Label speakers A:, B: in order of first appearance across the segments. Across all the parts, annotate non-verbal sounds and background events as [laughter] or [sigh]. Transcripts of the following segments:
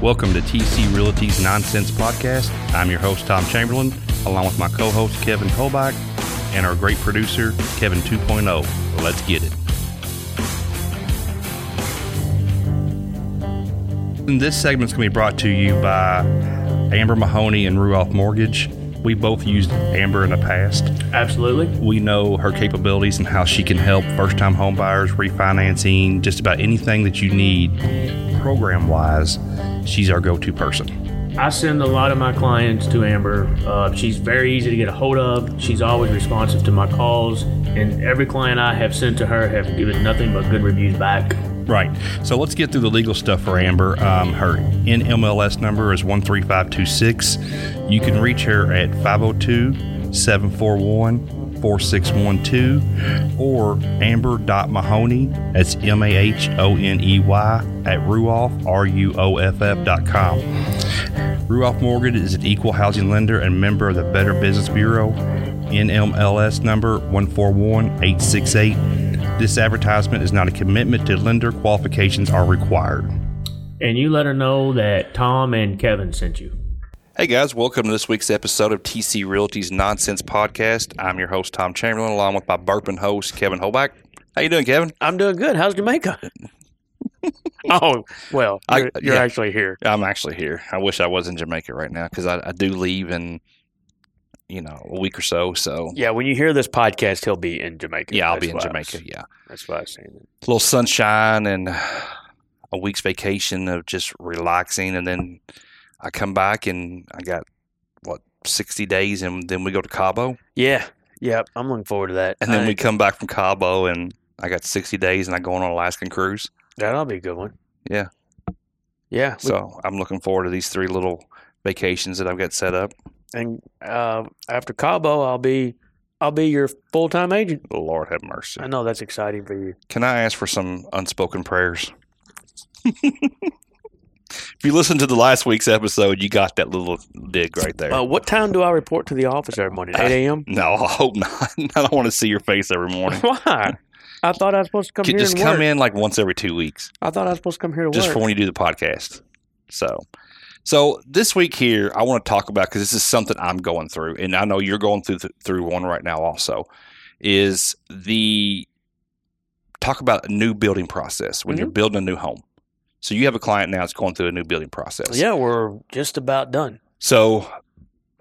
A: Welcome to TC Realty's Nonsense Podcast. I'm your host, Tom Chamberlain, along with my co host, Kevin Kolbach, and our great producer, Kevin 2.0. Let's get it. And this segment's going to be brought to you by Amber Mahoney and Rudolph Mortgage. We both used Amber in the past.
B: Absolutely.
A: We know her capabilities and how she can help first time home buyers, refinancing, just about anything that you need program wise. She's our go to person.
B: I send a lot of my clients to Amber. Uh, she's very easy to get a hold of. She's always responsive to my calls, and every client I have sent to her have given nothing but good reviews back.
A: Right. So let's get through the legal stuff for Amber. Um, her NMLS number is 13526. You can reach her at 502 741 4612 or amber.mahoney, that's M A H O N E Y, at Ruoff, R U O F F dot com. Ruoff Mortgage is an equal housing lender and member of the Better Business Bureau, NMLS number 141868. This advertisement is not a commitment to lender qualifications are required.
B: And you let her know that Tom and Kevin sent you.
A: Hey guys, welcome to this week's episode of TC Realty's Nonsense Podcast. I'm your host Tom Chamberlain along with my burping host Kevin Holbach. How you doing, Kevin?
C: I'm doing good.
A: [laughs]
C: How's Jamaica? oh, well,
A: I-
C: you're, you're
A: yeah.
C: actually here.
A: I'm actually here. I wish I was in Jamaica right now because I, I do leave in you know a week or so. So
C: Yeah, when you hear this podcast, he'll be in Jamaica.
A: yeah I'll
C: That's
A: be in
C: why I was-
A: Jamaica. Yeah.
C: that's why I was saying
A: a little sunshine and a week's vacation of just relaxing and then I come back and I got what 60 days and then we go to Cabo
C: that. Yeah, yeah, I'm looking forward to that.
A: and then
C: I-
A: we come back from Cabo and I got 60 days and I go on an Alaskan cruise.
C: that'll be a good one.
A: Yeah.
C: yeah. we-
A: So I'm looking forward to these three little vacations that I've got set up.
C: and uh, after Cabo, I'll be I'll be your full time agent.
A: Lord have mercy.
C: I know that's exciting for you.
A: Can I ask for some unspoken prayers? if you listen to the last week's episode, you got that little dig right there.
C: Uh, what time do I report to the office every morning? Eight a.m.
A: No, I hope not. [laughs] I don't want to see your face every [laughs] morning.
C: Why? I thought I was supposed to come
A: Could
C: here
A: just
C: and
A: come
C: work.
A: in like once every two weeks,
C: I thought I was supposed to come here to
A: just
C: work.
A: for when you do the podcast. So, so this week here, I want to talk about because this is something I'm going through, and I know you're going through through one right now. Also, is the talk about a new building process when you're building a new home. So you have a client now that's going through a new building process.
C: yeah, we're just about done.
A: So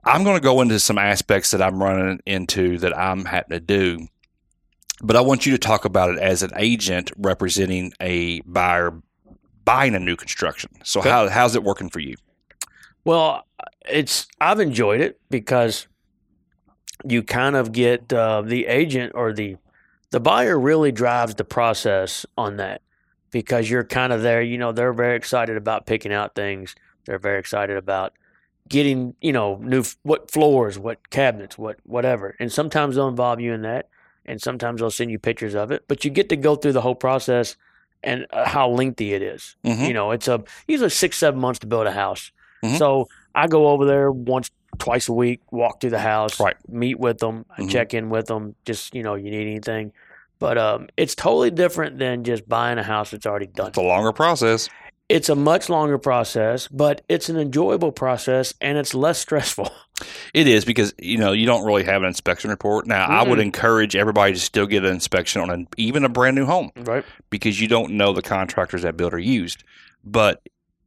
A: I'm going to go into some aspects that I'm running into that I'm having to do, but I want you to talk about it as an agent representing a buyer buying a new construction. So
C: Okay.
A: how how's it working for you?
C: Well, it's I've enjoyed it because you kind of get uh, the agent or the the buyer really drives the process on that because you're kind of there. You know, they're very excited about picking out things. They're very excited about getting you know new f- what floors, what cabinets, what whatever. And sometimes they'll involve you in that, and sometimes they'll send you pictures of it. But you get to go through the whole process and uh, how lengthy it is.
A: Mhm.
C: You know, it's a usually six, seven months to build a house.
A: Mhm.
C: So I go over there once, twice a week, walk through the house,
A: Right.
C: meet with them, I
A: Mhm.
C: check in with them, just, you know, you need anything. But um, it's totally different than just buying a house that's already done.
A: It's a longer process.
C: It's a much longer process, but it's an enjoyable process and it's less [laughs] stressful.
A: It is because you know you don't really have an inspection report. Now I would
C: Mm-mm.
A: encourage everybody to still get an inspection on an, even a brand new home.
C: Right.
A: because you don't know the contractors that builder used. But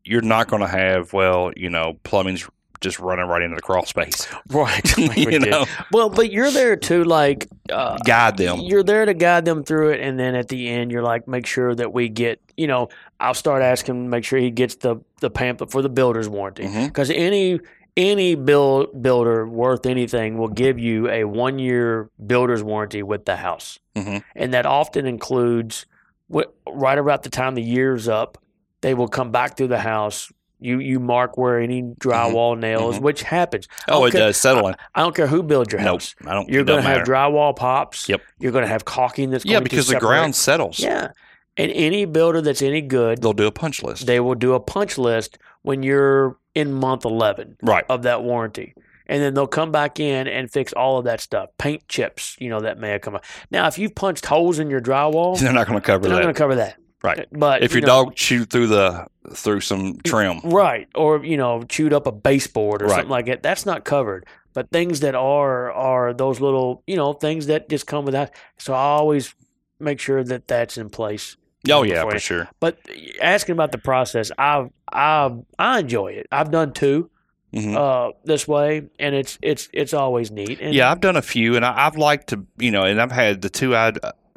A: you're not going to have, well, you know, plumbing's just running right into the crawl space.
C: [laughs]
A: [laughs]
C: Right. Like we
A: you
C: did.
A: know,
C: Well, but you're there to like uh,
A: guide them.
C: You're there to guide them through it, and then at the end, you're like, make sure that we get. You know, I'll start asking, make sure he gets the the pamphlet for the builder's warranty,
A: Mhm.
C: because any any build builder worth anything will give you a one year builder's warranty with the house,
A: Mhm.
C: and that often includes what, right about the time the year's up, they will come back through the house. You you mark where any drywall nails,
A: Mhm.
C: which happens.
A: Oh, it
C: okay.
A: does settling.
C: I don't care who builds your
A: Nope,
C: house.
A: I don't.
C: You're
A: it don't
C: going to have
A: matter.
C: drywall pops.
A: Yep.
C: You're going to have caulking that's
A: Yeah,
C: going to
A: because the
C: separate.
A: ground settles.
C: Yeah, and any builder that's any good,
A: They'll do a punch list.
C: they will do a punch list when you're in month eleven
A: right.
C: of that warranty, and then they'll come back in and fix all of that stuff, paint chips, you know, that may have come up. Now, if you've punched holes in your drywall,
A: [laughs] They're not going to cover
C: they're not
A: that.
C: going to cover that.
D: Right.
C: But
D: If
C: you
D: your
C: know,
D: dog chewed through the through some trim,
C: right, or you know, chewed up a baseboard or
D: Right.
C: something like that, that's not covered. But things that are are those little you know things that just come with that. So I always make sure that that's in place.
D: oh yeah,
C: Before
D: for
C: you-
D: sure.
C: But eh, asking about the process, I I I enjoy it. I've done two
A: Mm-hmm.
D: hmm
C: uh, this way, and it's it's it's always neat. And
D: yeah, I've done a few, and I, I've liked to, you know, and I've had the two I,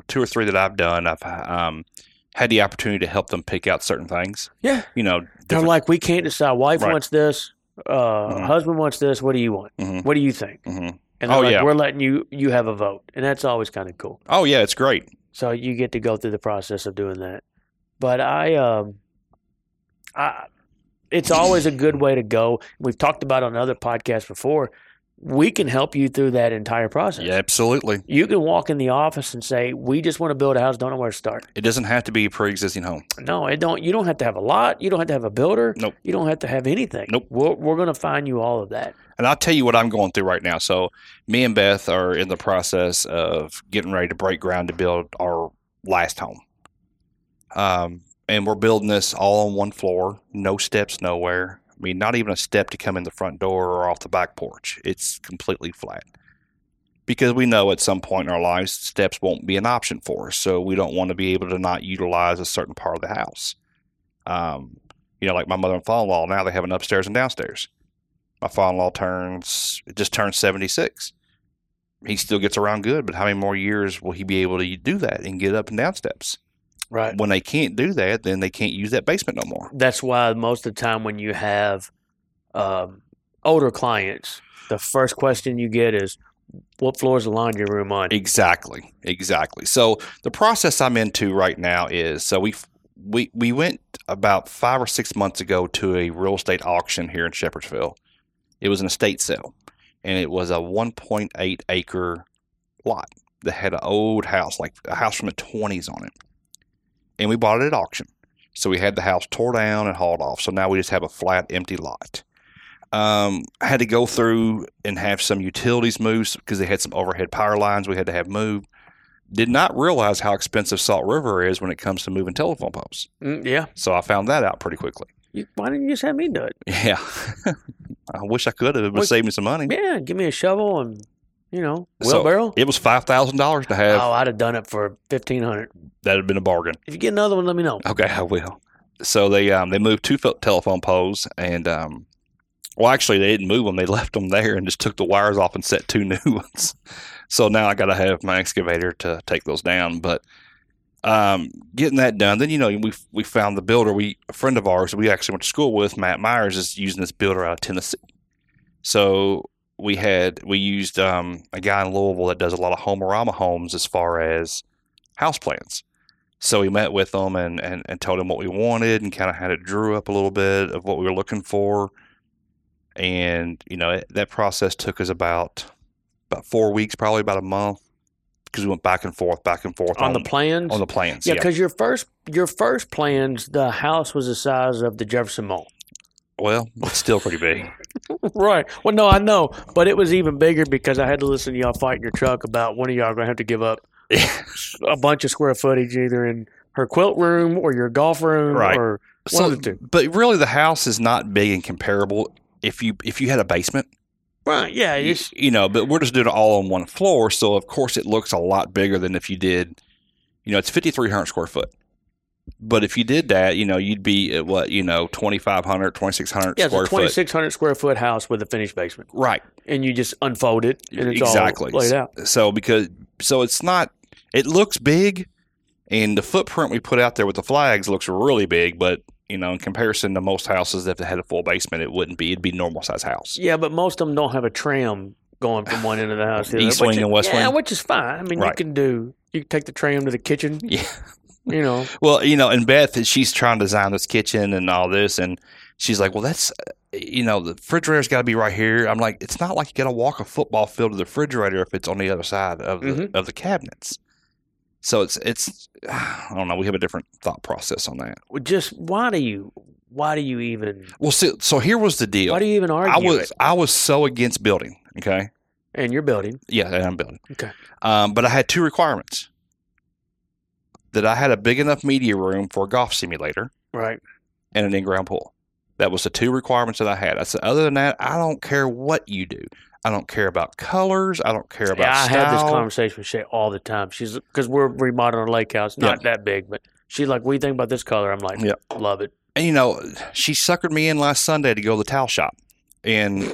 D: two or three that I've done. I've um, had the opportunity to help them pick out certain things.
C: Yeah.
D: you know,
C: they're
D: different-
C: like, we can't decide. Wife
D: Right.
C: wants this. Uh,
D: Mhm.
C: Husband wants this. What do you want?
D: Mhm.
C: What do you think?
D: Mhm.
C: And they're
D: Oh,
C: like,
D: yeah.
C: we're letting you you have a vote, and that's always kind of cool.
D: Oh yeah, it's great.
C: So you get to go through the process of doing that. But I, um, I, it's always a good way to go. We've talked about on other podcasts before. We can help you through that entire process.
D: Yeah, absolutely.
C: You can walk in the office and say, "We just want to build a house. Don't know where to start."
D: It doesn't have to be a pre-existing home.
C: No, it don't. You don't have to have a lot. You don't have to have a builder.
D: Nope.
C: You don't have to have anything.
D: Nope.
C: We're, we're going to find you all of that.
D: And I'll tell you what I'm going through right now. So, me and Beth are in the process of getting ready to break ground to build our last home. Um, and we're building this all on one floor, no steps nowhere. I mean, not even a step to come in the front door or off the back porch. It's completely flat. Because we know at some point in our lives, steps won't be an option for us. So, we don't want to be able to not utilize a certain part of the house. Um, you know, like my mother and father in law, now they have an upstairs and downstairs my father-in-law turns just turned 76 he still gets around good but how many more years will he be able to do that and get up and down steps
C: Right.
D: when they can't do that then they can't use that basement no more
C: That's why most of the time when you have um, older clients, the first question you get is, "What floor is the laundry room on?"
D: exactly exactly so the process i'm into right now is so we we we went about five or six months ago to a real estate auction here in shepherdsville it was an estate sale and it was a 1.8 acre lot that had an old house like a house from the 20s on it and we bought it at auction so we had the house tore down and hauled off so now we just have a flat empty lot um, I had to go through and have some utilities moved because they had some overhead power lines we had to have moved did not realize how expensive salt river is when it comes to moving telephone poles
C: Mm, yeah.
D: so i found that out pretty quickly [laughs]
C: You, why didn't you just have me do it?
D: yeah i wish i could have it would
C: Well,
D: save me some money
C: Yeah, give me a shovel and you know
D: So-
C: wheelbarrow.
D: It was five thousand dollars to have.
C: oh, I'd have done it for fifteen hundred.
D: That'd have been a bargain.
C: If you get another one, let me know.
D: [laughs] Okay, I will. So they um, they moved two fel- telephone poles, and um, well, actually, they didn't move them. They left them there and just took the wires off and set two [laughs] new ones. So now I got to have my excavator to take those down. But um, getting that done, then you know we we found the builder. We a friend of ours we actually went to school with, Matt Myers, is using this builder out of Tennessee. So we had we used um, a guy in Louisville that does a lot of Homorama homes as far as house plans. So we met with them and, and, and told them what we wanted and kind of had it drew up a little bit of what we were looking for. And, you know, it, that process took us about about four weeks, probably about a month, because we went back and forth, back and forth
C: On the plans.
D: on the plans.
C: yeah,
D: Yeah.
C: because your first your first plans, the house was the size of the Jefferson Mall.
D: Well, it's still pretty big.
C: Right. Well, no, I know, but it was even bigger because I had to listen to y'all fight in your truck about one of y'all going to have to give [laughs] up a bunch of square footage either in her quilt room or your golf room
D: Right.
C: or
D: so,
C: of the two.
D: but really, the house is not big and comparable. If you if you had a basement,
C: right. Yeah,
D: you,
C: it's,
D: you know, but we're just doing it all on one floor, so of course it looks a lot bigger than if you did. You know, it's fifty three hundred square foot, but if you did that, you know, you'd be at what you know 2,500, 2,600
C: yeah, it's
D: square
C: a twenty
D: foot.
C: six hundred square foot house with a finished basement,
D: Right,
C: and you just unfold it and it's
D: exactly.
C: all laid out.
D: So because so it's not it looks big, and the footprint we put out there with the flags looks really big, but you know, in comparison to most houses, if they had a full basement, it wouldn't be. It'd be normal size house.
C: Yeah, but most of them don't have a tram going from one end of the house to the
D: East
C: other, which
D: wing
C: is-
D: and west
C: yeah,
D: wing?
C: which is fine. I mean, you
D: Right.
C: can do you can take the tram to the kitchen.
D: Yeah.
C: You [laughs] know,
D: Well, you know, and Beth, she's trying to design this kitchen and all this, and she's like, "Well, that's uh, you know, the refrigerator's got to be right here." I'm like, "It's not like you got to walk a football field to the refrigerator if it's on the other side of the of the cabinets." So it's it's [sighs] I don't know. We have a different thought process on that.
C: just why do you why do you even
D: Well, so so here was the deal.
C: why do you even argue?
D: I was
C: it?
D: I was so against building. Okay,
C: and your building.
D: yeah, and I'm building.
C: Okay.
D: um, but I had two requirements. that I had a big enough media room for a golf simulator
C: Right.
D: and an in-ground pool. That was the two requirements that I had. I said, other than that, I don't care what you do. I don't care about colors. I don't care about
C: Yeah, I
D: style.
C: had this conversation with Shay all the time. She's because we're remodeling our lake house, not that big, but she's like, "What do you think about this color?" I'm like,
D: Yeah.
C: "Love it."
D: and you know, she suckered me in last Sunday to go to the towel shop, and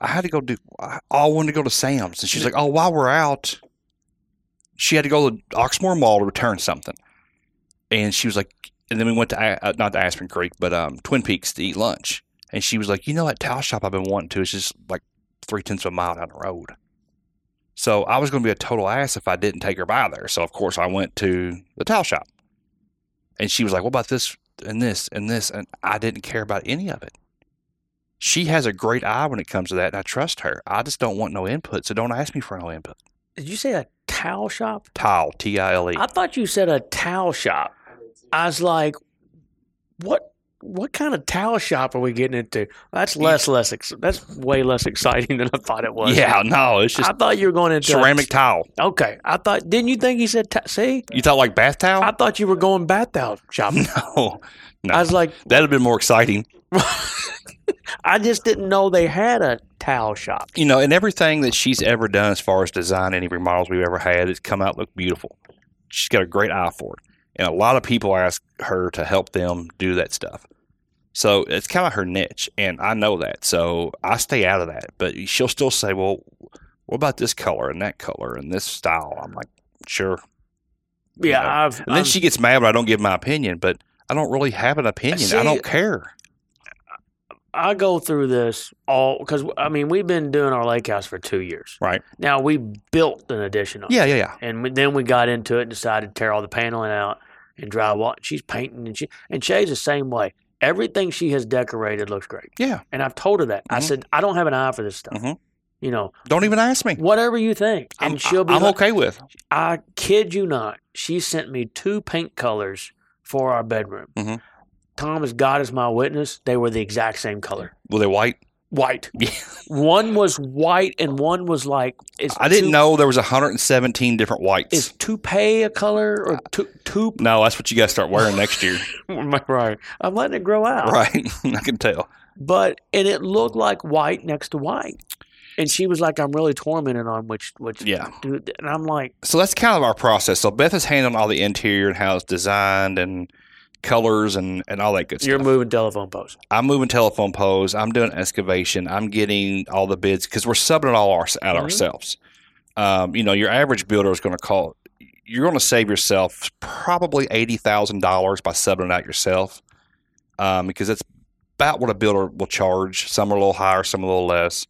D: I had to go do. I all wanted to go to Sam's, and she's like, "Oh, while we're out, she had to go to Oxmoor Mall to return something," and she was like, and then we went to A- uh, not to Aspen Creek, but um, Twin Peaks to eat lunch, and she was like, "You know that towel shop I've been wanting to? It's just like three tenths of a mile down the road." So I was going to be a total ass if I didn't take her by there. So of course I went to the towel shop, and she was like, "What about this and this and this and I didn't care about any of it. She has a great eye when it comes to that and I trust her. I just don't want no input, so don't ask me for no input.
C: Did you say a towel shop?
D: Tile, T I L E.
C: I thought you said a towel shop. I was like, "What? What kind of towel shop are we getting into?" That's less less. Ex- that's way less exciting than I thought it was.
D: Yeah, no, it's just
C: I thought you were going into a-
D: ceramic tile.
C: okay, I thought. Didn't you think he said? Ta- see,
D: You thought like bath towel? [laughs]
C: I thought you were going bath towel shop.
D: Oh. no, no.
C: I was like,
D: That'd have been more exciting.
C: I just didn't know they had a towel shop.
D: You know, and everything that she's ever done as far as design, any remodels we've ever had, it's come out look beautiful. She's got a great eye for it. And a lot of people ask her to help them do that stuff. So it's kind of her niche. And I know that. So I stay out of that. But she'll still say, well, what about this color and that color and this style? I'm like, sure.
C: Yeah,
D: Yeah.
C: I've.
D: And then
C: I've-
D: she gets mad when I don't give my opinion, but I don't really have an opinion.
C: See-
D: I don't care.
C: I go through this all because I mean we've been doing our lake house for two years.
D: Right.
C: Now we built an addition on, it.
D: Yeah, yeah, yeah.
C: and we, then we got into it and decided to tear all the paneling out and drywall. She's painting and she and Shay's the same way. Everything she has decorated looks great.
D: Yeah.
C: and I've told her that. I
D: Mhm.
C: said I don't have an eye for this stuff.
D: Mhm.
C: You know,
D: Don't even ask me.
C: whatever you think, and
D: I'm,
C: she'll be.
D: I'm
C: like-
D: okay with.
C: I kid you not, she sent me two paint colors for our bedroom.
D: Mhm.
C: Tom is God is my witness. They were the exact same color,
D: Were they white?
C: white.
D: [laughs] Yeah.
C: One was white, and one was like it's
D: I didn't
C: tou-
D: know there was 117 different whites.
C: is toupee a color
D: Uh,
C: or tou- toup. [laughs]
D: no, that's what you guys start wearing next year,
C: right. I'm letting it grow out.
D: right? [laughs] I can tell.
C: But and it looked like white next to white, and she was like, "I'm really tormented on which which."
D: Yeah.
C: Dude, and I'm like,
D: So that's kind of our process. So Beth is handling all the interior and how it's designed and colors and, and all that good
C: "You're
D: stuff.
C: moving telephone posts."
D: I'm moving telephone poles. I'm doing excavation. I'm getting all the bids because we're subbing it all our, out
C: Mhm.
D: ourselves. Um, you know, your average builder is going to call. You're going to save yourself probably eighty thousand dollars by subbing it out yourself, um, because that's about what a builder will charge. Some are a little higher, some a little less.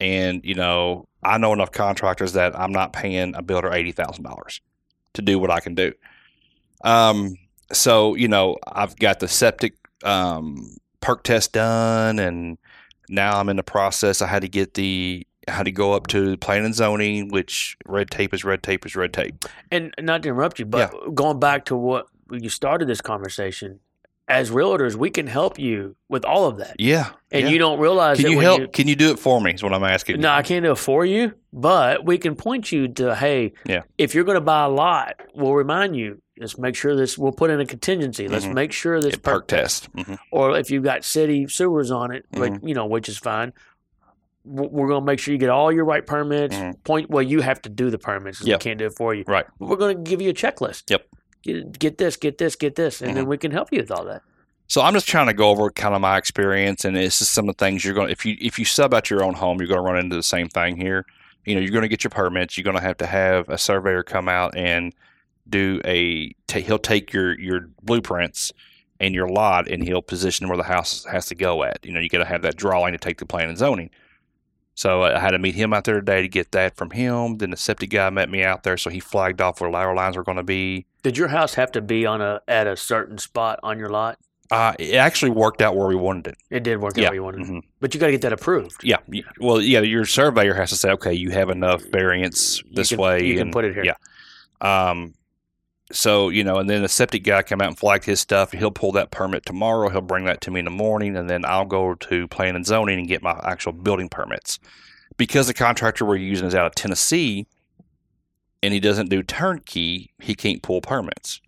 D: And you know, I know enough contractors that I'm not paying a builder eighty thousand dollars to do what I can do. Um, so you know, I've got the septic um, perk test done, and now I'm in the process. I had to get the I had to go up to plan and zoning, which red tape is red tape is red tape.
C: And not to interrupt you, but going back to what you started this conversation, as realtors, we can help you with all of that,
D: Yeah,
C: and
D: yeah.
C: you don't realize
D: can
C: that
D: you
C: when
D: help? Can you do it for me? Is what I'm asking.
C: No, I can't do it for you, but we can point you to hey,
D: Yeah.
C: if you're going to buy a lot, we'll remind you. Let's make sure this. We'll put in a contingency. Let's
D: Mhm.
C: make sure this
D: Yeah, perk test. Mhm.
C: or if you've got city sewers on it, like
D: Mm-hmm.
C: you know, which is fine. w- We're going to make sure you get all your right permits.
D: Mhm.
C: Point well, you have to do the permits. 'cause
D: Yep.
C: We can't do it for you.
D: Right.
C: But we're going to give you a checklist.
D: Yep. Mm-hmm.
C: Get, get this, get this, get this, and then we can help you with all that.
D: So I'm just trying to go over kind of my experience, and it's just some of the things you're going. to If you if you sub out your own home, you're going to run into the same thing here. You know, you're going to get your permits. You're going to have to have a surveyor come out and do a. ta he'll take your your blueprints and your lot, and he'll position where the house has to go at. You know, you got to have that drawing to take the plan and zoning. So I had to meet him out there today to get that from him. Then the septic guy met me out there, so he flagged off where lateral lines were going to be.
C: Did your house have to be on a at a certain spot on your lot?
D: Uh, it actually worked out where we wanted it.
C: It did work out
D: Yeah.
C: where you wanted, it.
D: Mhm.
C: but you got to get that approved.
D: Yeah. y- Well, yeah, your surveyor has to say, okay, you have enough variance
C: You
D: this
C: can-
D: way.
C: you can
D: and-
C: put it here.
D: yeah. Um, so, you know, and then the septic guy come out and flagged his stuff. He'll pull that permit tomorrow. He'll bring that to me in the morning, and then I'll go to plan and zoning and get my actual building permits. Because the contractor we're using is out of Tennessee and he doesn't do turnkey, he can't pull permits.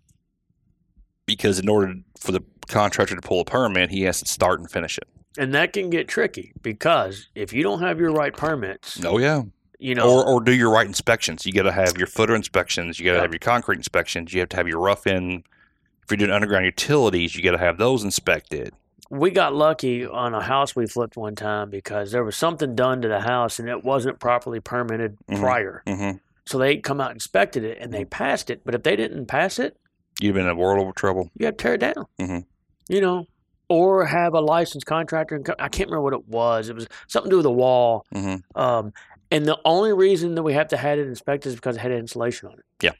D: because in order for the contractor to pull a permit, he has to start and finish it.
C: and that can get tricky because if you don't have your right permits,
D: Oh yeah,
C: you know,
D: or or do your right inspections. You got to have your footer inspections. You got to
C: Yeah.
D: have your concrete inspections. You have to have your rough in. If you're doing underground utilities, you got to have those inspected.
C: we got lucky on a house we flipped one time because there was something done to the house and it wasn't properly permitted
D: Mhm.
C: prior.
D: Mm-hmm.
C: So they come out and inspected it and they passed it. But if they didn't pass it,
D: You've been in a world over trouble.
C: you have to tear it down.
D: Mhm.
C: You know, or have a licensed contractor. And co- I can't remember what it was. It was something to do with a wall.
D: Mm-hmm.
C: Um, and the only reason that we have to had it inspected is because it had insulation on it.
D: Yeah.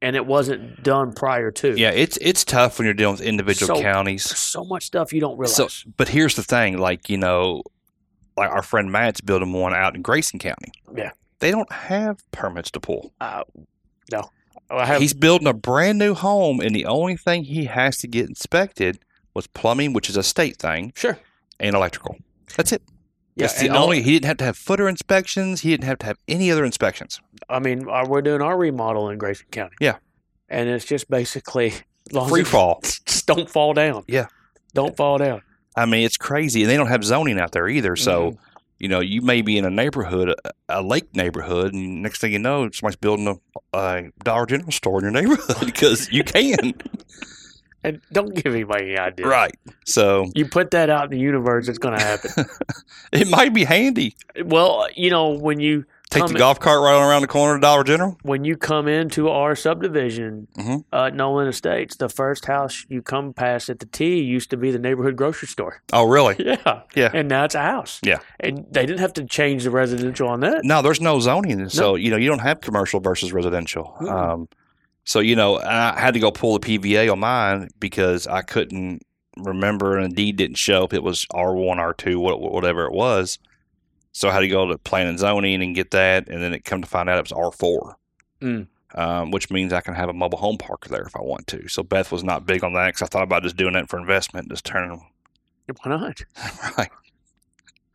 C: And it wasn't done prior to.
D: Yeah, it's it's tough when you're dealing with individual
C: So-
D: counties.
C: There's so much stuff you don't realize.
D: So, but here's the thing: like you know, like our friend Matt's building one out in Grayson County.
C: Yeah.
D: they don't have permits to pull.
C: uh, no. I have,
D: He's building a brand new home, and the only thing he has to get inspected was plumbing, which is a state thing,
C: sure.
D: and electrical. That's it.
C: Yeah,
D: That's the
C: and all-
D: only. He didn't have to have footer inspections. He didn't have to have any other inspections.
C: I mean, uh, we're doing our remodel in Grayson County.
D: Yeah.
C: And it's just basically [laughs] as long as
D: Free
C: you
D: fall.
C: Just don't fall down.
D: Yeah.
C: Don't fall down.
D: I mean, it's crazy, and they don't have zoning out there either. So,
C: Mm-hmm.
D: you know, you may be in a neighborhood, a, a lake neighborhood, and next thing you know, somebody's building a, a Dollar General store in your neighborhood [laughs] because you
C: [laughs]
D: can,
C: And don't give anybody any idea.
D: right? So
C: You put that out in the universe, it's going
D: [laughs]
C: to happen.
D: it might be handy.
C: well, you know, when you
D: Take
C: Come-
D: the golf cart right around the corner to Dollar General.
C: when you come into our subdivision,
D: Mhm.
C: uh, Nolan Estates, the first house you come past at the T used to be the neighborhood grocery store. [laughs]
D: Oh, really?
C: Yeah.
D: Yeah.
C: And now it's a house.
D: Yeah.
C: And they didn't have to change the residential on that.
D: No, there's no zoning, so you know you don't have commercial versus residential.
C: Mm-mm.
D: Um, so you know I had to go pull the PVA on mine because I couldn't remember and indeed didn't show if it was R one, R two, whatever it was. So I had to go to plan and zoning and get that, and then it come to find out it was R four.
C: Mm.
D: Um, which means I can have a mobile home park there if I want to. So Beth was not big on that because I thought about just doing that for investment, just turning [laughs]
C: Why not?
D: right.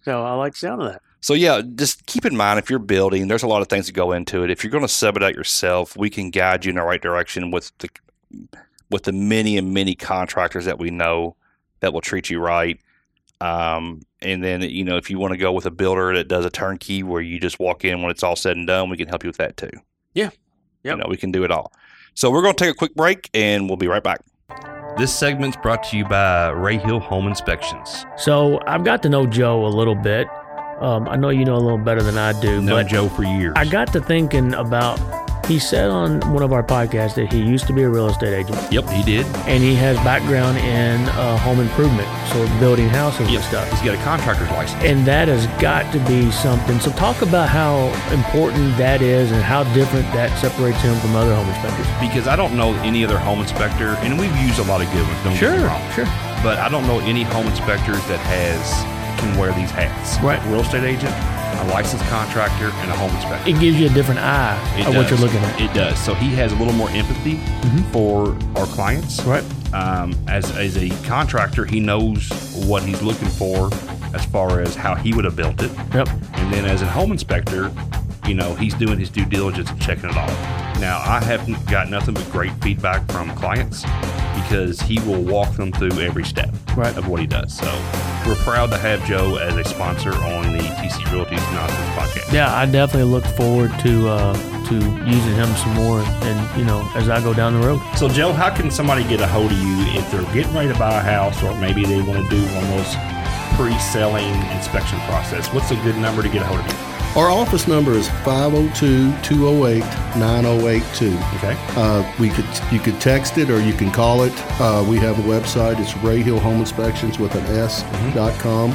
C: So I like the sound of that.
D: So yeah, just keep in mind if you're building, there's a lot of things that go into it. If you're going to sub it out yourself, we can guide you in the right direction with the with the many and many contractors that we know that will treat you right. Um, and then you know if you want to go with a builder that does a turnkey where you just walk in when it's all said and done, we can help you with that too.
C: Yeah.
D: You
C: Yep.
D: know, we can do it all. So we're going to take a quick break and we'll be right back.
A: This segment's brought to you by Ray Hill Home Inspections.
B: So I've got to know Joe a little bit. Um, I know you know a little better than I do,
A: Known
B: but
A: Joe for years.
B: I got to thinking about. He said on one of our podcasts that he used to be a real estate agent
A: Yep, he did.
B: and he has background in uh, home improvement, so building houses
A: Yep,
B: and stuff.
A: He's got a contractor's license.
B: And that has got to be something. So talk about how important that is and how different that separates him from other home inspectors.
A: because I don't know any other home inspector, and we've used a lot of good ones. Don't get me wrong,
B: sure.
A: but I don't know any home inspectors that has can wear these hats.
B: Right.
A: a real estate agent, a licensed contractor, and a home inspector.
B: It gives you a different eye
A: It
B: of what you're
A: does.
B: looking at. Mm-hmm.
A: It does. So he has a little more empathy for our clients.
B: Right.
A: Um, as, as a contractor, he knows what he's looking for as far as how he would have built it.
B: Yep.
A: And then as a home inspector, you know, he's doing his due diligence and checking it all. Now, I haven't got nothing but great feedback from clients because he will walk them through every step
B: Right.
A: of what he does. So we're proud to have Joe as a sponsor on the TC Realty's Nonsense podcast.
B: Yeah, I definitely look forward to uh, to using him some more, and you know, as I go down the road.
A: So, Joe, how can somebody get a hold of you if they're getting ready to buy a house or maybe they want to do one of those pre selling inspection process? What's a good number to get a hold of you?
E: Our office number is 502 208 9082.
A: Okay.
E: Uh, we could you could text it or you can call it. Uh, we have a website. It's Ray Hill Home Inspections with an S dot com.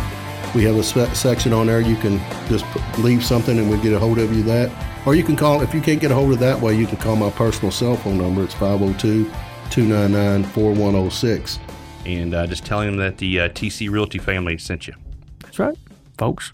E: We have a se- section on there. You can just p- leave something and we get a hold of you that. Or you can call if you can't get a hold of that way. You can call my personal cell phone number. It's 502 299 4106.
A: And uh, just telling them that the uh, TC Realty family sent you.
B: That's right, folks.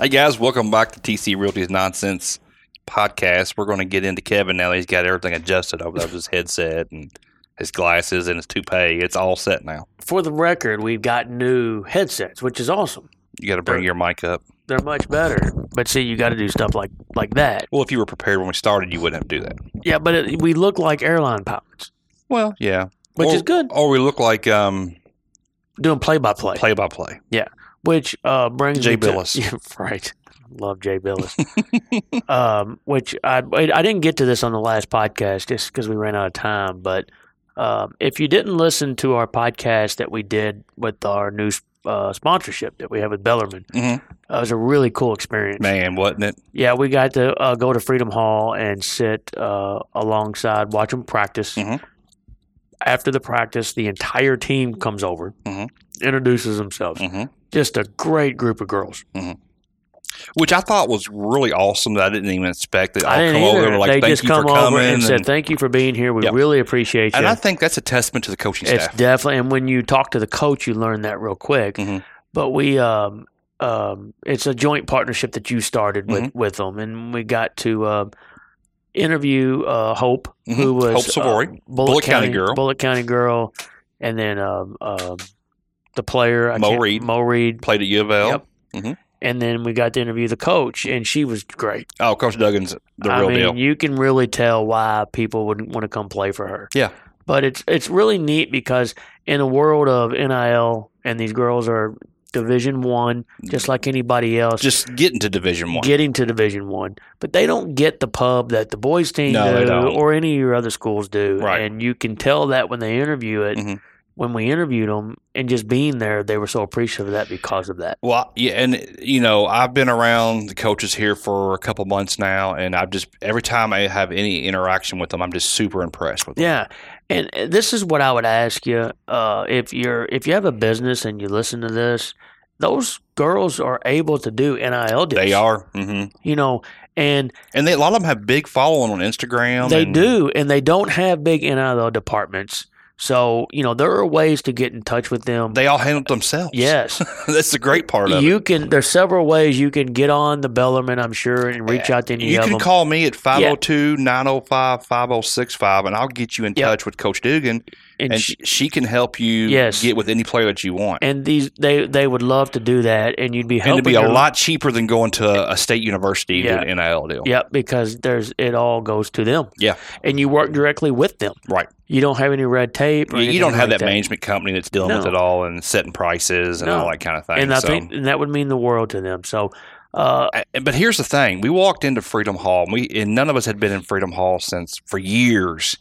D: Hey guys, welcome back to TC Realty's Nonsense podcast. We're going to get into Kevin now. that He's got everything adjusted over there with his headset and his glasses and his toupee. It's all set now.
C: For the record, we've got new headsets, which is awesome.
D: You got to bring
C: Sure.
D: your mic up.
C: They're much better. But see, you got to do stuff like like that.
D: Well, if you were prepared when we started, you wouldn't have to do that.
C: Yeah, but it, we look like airline pilots.
D: Well, yeah.
C: which
D: Or-
C: is good.
D: Or we look like um,
C: Doing play by play,
D: play by play.
C: which uh, brings
D: Jay
C: me to-
D: Billis.
C: [laughs] Yeah, right. Love Jay
D: [laughs]
C: Billis. um, which I I I didn't get to this on the last podcast just because we ran out of time. But um, if you didn't listen to our podcast that we did with our new uh, sponsorship that we have with Bellerman,
D: Mhm.
C: uh, it was a really cool experience.
D: Man, wasn't it?
C: Yeah, we got to uh, go to Freedom Hall and sit uh, alongside, watch them practice.
D: Mhm.
C: After the practice, the entire team comes over,
D: Mhm.
C: introduces themselves.
D: hmm
C: Just a great group of girls.
D: Which I thought was really awesome. That I didn't even expect that.
C: I
D: I'll
C: didn't
D: come over
C: either.
D: and like,
C: they
D: thank
C: just
D: you
C: come
D: for
C: over
D: coming.
C: and,
D: and
C: said, "Thank you for being here. We
D: Yeah.
C: really appreciate you."
D: and I think that's a testament to the coaching
C: it's
D: staff.
C: definitely, and when you talk to the coach, you learn that real quick.
D: Mhm.
C: But we, um, um, it's a joint partnership that you started with
D: Mm-hmm.
C: with them, and we got to uh, interview uh, Hope,
D: Mhm.
C: who was
D: Hope
C: uh,
D: Savory,
C: Bullitt,
D: Bullitt County girl.
C: Bullitt County girl, and then um, um the player I
D: Mo
C: can't-
D: Reed.
C: Mo Reed,
D: played at U of L.
C: Yep. and then we got to interview the coach, and she was great.
D: Oh, Coach Duggan's the
C: I
D: real
C: mean,
D: deal.
C: you can really tell why people wouldn't want to come play for her.
D: Yeah.
C: But it's it's really neat because in a world of NIL and these girls are division 1 just like anybody else
D: Just getting to Division One.
C: getting to division 1, but they don't get the pub that the boys team
D: No, they
C: do
D: don't.
C: or any of your other schools do.
D: Right.
C: And you can tell that when they interview it.
D: Mhm.
C: When we interviewed them and just being there, they were so appreciative of that because of that.
D: Well, yeah, and you know, I've been around the coaches here for a couple months now, and I've just every time I have any interaction with them, I'm just super impressed with them.
C: Yeah, and uh, this is what I would ask you: uh, if you're if you have a business and you listen to this, those girls are able to do nil deals.
D: They are, hmm
C: you know, and
D: and they, a lot of them have big following on Instagram.
C: they
D: and-
C: do, and they don't have big nil departments. So you know there are ways to get in touch with them.
D: They all handle it themselves.
C: yes,
D: [laughs] that's the great part of it.
C: you can. There's several ways you can get on the Bellerman, I'm sure, and reach out to any
D: You
C: of
D: can
C: them.
D: call me at 502-905-5065, and I'll get you in
C: Yep.
D: touch with Coach Dugan,
C: and
D: and
C: sh-
D: she, she can help you
C: Yes.
D: get with any player that you want.
C: and these they they would love to do that, and you'd be
D: And
C: helping
D: it'd be a
C: your-
D: lot cheaper than going to a state university to
C: Yeah.
D: an NIL deal.
C: Yep, because there's it all goes to them.
D: Yeah.
C: and you work directly with them.
D: Right.
C: You don't have any red tape. Or
D: You- you
C: anything
D: don't have
C: like
D: that management company that's dealing with
C: No.
D: it all and setting prices and
C: No.
D: all that kind of thing.
C: And I
D: so.
C: think and that would mean the world to them. So, uh,
D: I- but here's the thing: we walked into Freedom Hall, and we and none of us had been in Freedom Hall since for years.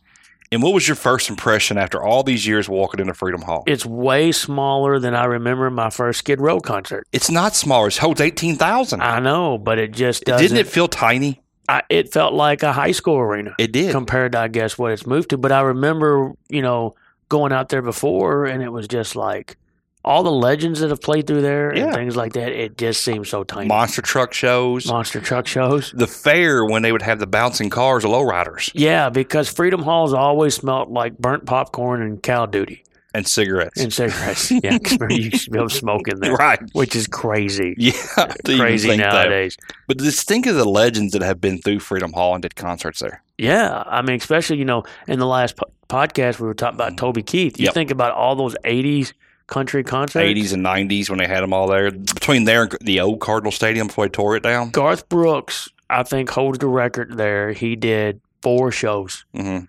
D: And what was your first impression after all these years walking into Freedom Hall?
C: it's way smaller than I remember my first Skid Row concert.
D: it's not smaller; it holds eighteen thousand.
C: I know, but it just doesn't.
D: Mm. Didn't it feel tiny?
C: I, it felt like a high school arena
D: It did.
C: compared to I guess what it's moved to. But I remember, you know, going out there before, and it was just like. All the legends that have played through there
D: Yeah.
C: and things like that, it just seems so tiny.
D: Monster truck shows,
C: Monster truck shows.
D: the fair when they would have the bouncing cars, the lowriders,
C: Yeah, because Freedom Halls always smelled like burnt popcorn and cow duty
D: and cigarettes. [laughs]
C: and cigarettes. yeah, 'cause remember, you smell smoke in there,
D: right?
C: which is crazy.
D: Yeah, [laughs] to even
C: crazy
D: think that.
C: nowadays.
D: But just think of the legends that have been through Freedom Hall and did concerts there.
C: Yeah, I mean, especially, you know, in the last po- podcast, we were talking about Toby Keith. You
D: Mm. Yep.
C: think about all those 80s country concerts.
D: 80s and 90s when they had them all there. Between there and the old Cardinal Stadium before they tore it down.
C: Garth Brooks, I think, holds the record there. He did four shows
D: hmm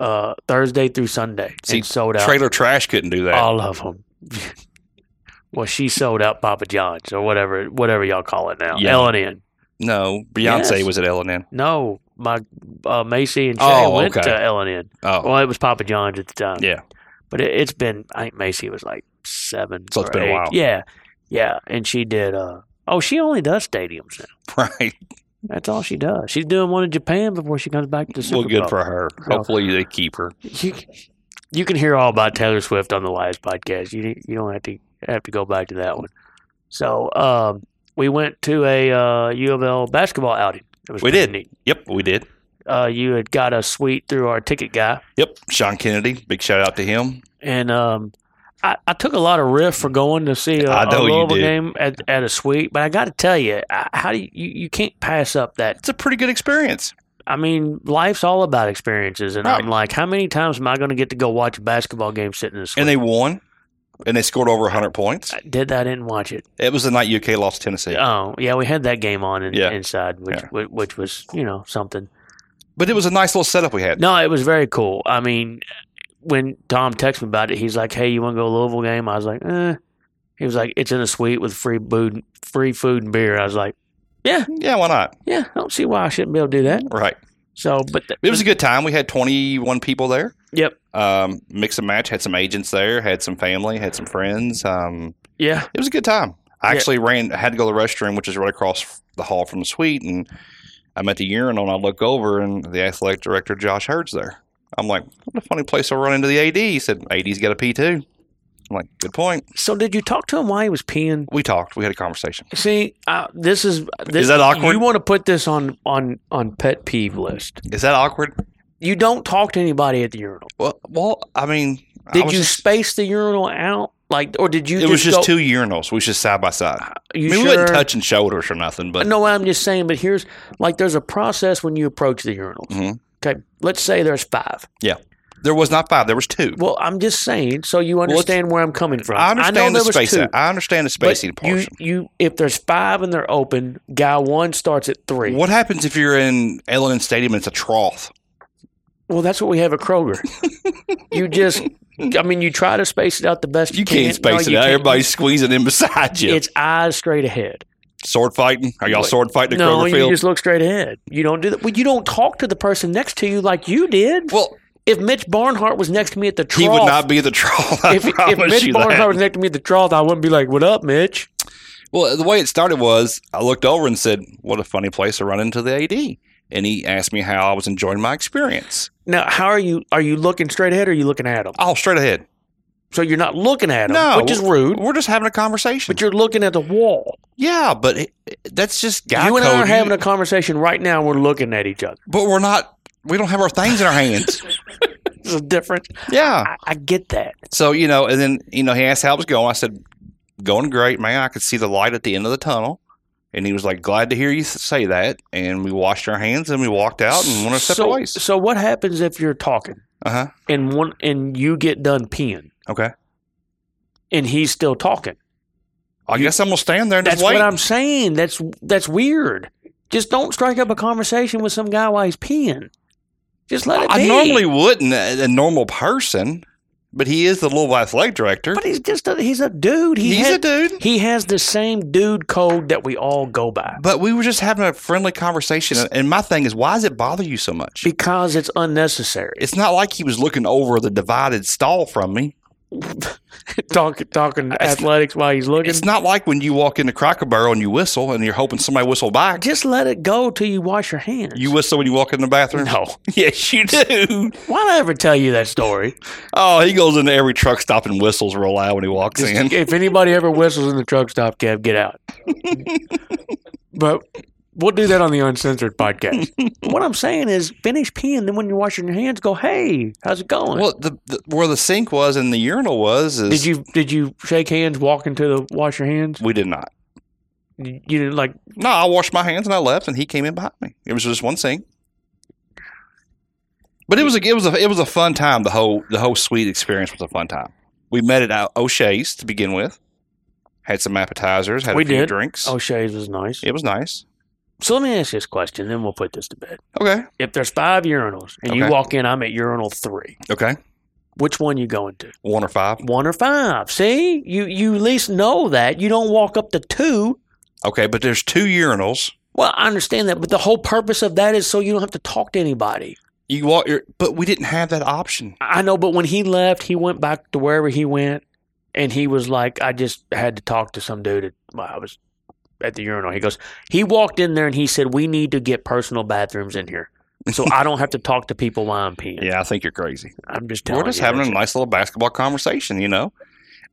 C: uh, Thursday through Sunday
D: See,
C: and sold out.
D: Trailer Trash couldn't do that.
C: All of them. [laughs] well, she sold out Papa John's or whatever, whatever y'all call it now.
D: Yeah.
C: L and N.
D: no, Beyonce
C: Yes.
D: was at L&M.
C: No, my uh, Macy and Shay
D: Oh,
C: went
D: okay.
C: to L and N.
D: Oh,
C: Well, it was Papa John's at the time.
D: yeah.
C: but it, it's been. I think Macy was like seven.
D: So it's
C: or
D: been a
C: eight.
D: while.
C: Yeah, yeah, and she did. uh Oh, she only does stadiums now.
D: [laughs] Right.
C: That's all she does. She's doing one in Japan before she comes back to the Super
D: Well, good
C: Bowl.
D: for her.
C: No.
D: Hopefully they keep her.
C: You, you can hear all about Taylor Swift on the last podcast. You you don't have to have to go back to that one. So um, we went to a uh, U of L basketball outing. It was
D: We
C: pretty
D: did.
C: neat.
D: Yep, we did.
C: Uh, you had got a suite through our ticket guy,
D: Yep, Sean Kennedy. Big shout out to him.
C: and um, I, I took a lot of riff for going to see a,
D: I know
C: a
D: you
C: Louisville
D: did.
C: game at, at a suite. But I got to tell you, I, how do you, you you can't pass up that
D: It's a pretty good experience.
C: I mean, life's all about experiences, and
D: Right.
C: I'm like, how many times am I going to get to go watch a basketball game sitting in the
D: And
C: suite?
D: they won, and they scored over 100 points.
C: I did that, I didn't watch it.
D: It was the night UK lost Tennessee.
C: Oh, yeah, we had that game on in,
D: Yeah.
C: inside, which,
D: Yeah.
C: which which was you know something.
D: But it was a nice little setup we had.
C: No, it was very cool. I mean, when Tom texted me about it, he's like, "Hey, you want to go to Louisville game?" I was like, "Eh." He was like, "It's in a suite with free food, free food and beer." I was like,
D: Yeah, why not?
C: "Yeah, I don't see why I shouldn't be able to do that."
D: Right.
C: So, but th-
D: It was a good time. We had 21 people there.
C: Yep.
D: Um, mix and match. Had some agents there. Had some family. Had some friends. Um,
C: yeah,
D: it was a good time. I
C: Yeah.
D: actually ran. Had to go to the restroom, which is right across the hall from the suite, and I'm at the urinal. and I look over, and the athletic director Josh Hurd's there. I'm like, what a funny place I run into the AD. He said, AD's got a P two. I'm like, good point.
C: So did you talk to him while he was peeing?
D: We talked. We had a conversation.
C: See, uh, this is this,
D: Is that awkward?
C: You want to put this on on on pet peeve list.
D: Is that awkward?
C: You don't talk to anybody at the urinal.
D: Well, well, I mean, I
C: Did
D: was
C: you
D: just-
C: space the urinal out? Like, or did you?
D: it was just
C: go,
D: two urinals. We was just side by side.
C: You
D: I mean,
C: sure?
D: we wasn't touching shoulders or nothing, but
C: No, I'm just saying. But here's like, there's a process when you approach the urinals.
D: Mhm.
C: Okay, let's say there's five.
D: there was not five. There was two.
C: Well, I'm just saying, so you
D: it's-
C: understand where I'm coming from.
D: I
C: know
D: understand
C: there
D: the
C: was
D: space.
C: two,
D: I understand the
C: but
D: spacing
C: you,
D: portion.
C: you, if there's five and they're open, guy one starts at three.
D: What happens if you're in Ellen Stadium and it's a trough?
C: Well, that's what we have at Kroger.
D: [laughs]
C: you just, I mean, you try to space it out the best you,
D: You can't
C: can. No,
D: space
C: you
D: it out.
C: can't.
D: Everybody's squeezing in beside you.
C: It's eyes straight ahead.
D: sword fighting. Are y'all
C: Wait.
D: sword fighting at
C: No,
D: Kroger
C: you
D: Field?
C: just look straight ahead. You don't do that. Well, you don't talk to the person next to you like you did.
D: well,
C: If Mitch Barnhart was next to me at the trough,
D: he would not be [laughs] at the trough. I
C: [laughs] if, if
D: promise
C: Mitch
D: you
C: Barnhart
D: that.
C: was next to me at the trough, I wouldn't be like, "What up, Mitch?"
D: Well, the way it started was I looked over and said, "What a funny place to run into the AD." And he asked me how I was enjoying my experience.
C: Now, how are you? Are you looking straight ahead, or are you looking at him?
D: Oh, straight ahead.
C: So you're not looking at him,
D: No,
C: which is rude.
D: We're just having a conversation.
C: But you're looking at the wall.
D: yeah, but it, it- that's just guy
C: you and I
D: code.
C: are
D: You-
C: having a conversation right now. and We're looking at each other.
D: but we're not. We don't have our things in our hands.
C: There's a difference.
D: yeah.
C: I, I get that.
D: So you know, and then you know, he asked how it was going. I said, "Going great, man. I could see the light at the end of the tunnel." And he was like, "Glad to hear you say that." And we washed our hands and we walked out and went our separate
C: so,
D: ways.
C: so what happens if you're talking
D: Uh huh.
C: and one and you get done peeing
D: Okay.
C: and he's still talking?
D: I guess I'm gonna stand there and
C: That's
D: just wait.
C: what I'm saying. That's that's weird. Just don't strike up a conversation with some guy while he's peeing. Just let it
D: I
C: be.
D: normally wouldn't uh, a, a normal person, but he is the little athletic director.
C: but he's just a, he's a dude. He
D: He's
C: had-
D: a dude.
C: He has the same dude code that we all go by
D: But we were just having a friendly conversation, and my thing is, why does it bother you so much?
C: because it's [laughs] unnecessary.
D: It's not like he was looking over the divided stall from me.
C: Talk, talking
D: It's-
C: athletics while he's looking.
D: It's not like when you walk into Cracker Barrel and you whistle and you're hoping somebody whistle back.
C: Just let it go till you wash your hands.
D: You whistle when you walk in the bathroom?
C: no.
D: [laughs] Yes, you do.
C: Why'd I ever tell you that story?
D: Oh, he goes into every truck stop and whistles real loud when he walks
C: Just-
D: in.
C: if anybody ever whistles in the truck stop, Kev,
D: [laughs]
C: get out. but we'll do that on the uncensored
D: [laughs]
C: podcast. what I'm saying is, finish peeing, then when you're washing your hands, go, "Hey, how's it going?"
D: Well, the, the where the sink was and the urinal was is
C: did you did you shake hands, walk into the wash your hands?
D: we did not.
C: You didn't like
D: No, I washed my hands and I left, and he came in behind me. It was just one sink. But it was a it was a it was a fun time. The whole the whole suite experience was a fun time. We met at O'Shea's to begin with. Had some appetizers. Had
C: We
D: a few
C: did.
D: drinks.
C: O'Shea's was "Oh, nice.
D: It was nice.
C: So let me ask you this question, then we'll put this to bed.
D: Okay.
C: If there's five urinals and you
D: Okay.
C: walk in, I'm at urinal three.
D: Okay.
C: Which one you going to?
D: One or five.
C: One or five? See, you you at least know that you don't walk up to two.
D: Okay, but there's two urinals.
C: Well, I understand that, but the whole purpose of that is so you don't have to talk to anybody.
D: You walk your, but we didn't have that option.
C: I know, but when he left, he went back to wherever he went, and he was like, "I just had to talk to some dude." At, well, I was at the urinal. He goes, he walked in there and he said, "We need to get personal bathrooms in here, so I don't have to talk to people while I'm
D: [laughs]
C: peeing."
D: Yeah, I think you're crazy.
C: I'm just telling
D: We're just
C: you,
D: having a
C: that's-
D: nice little basketball conversation, you know.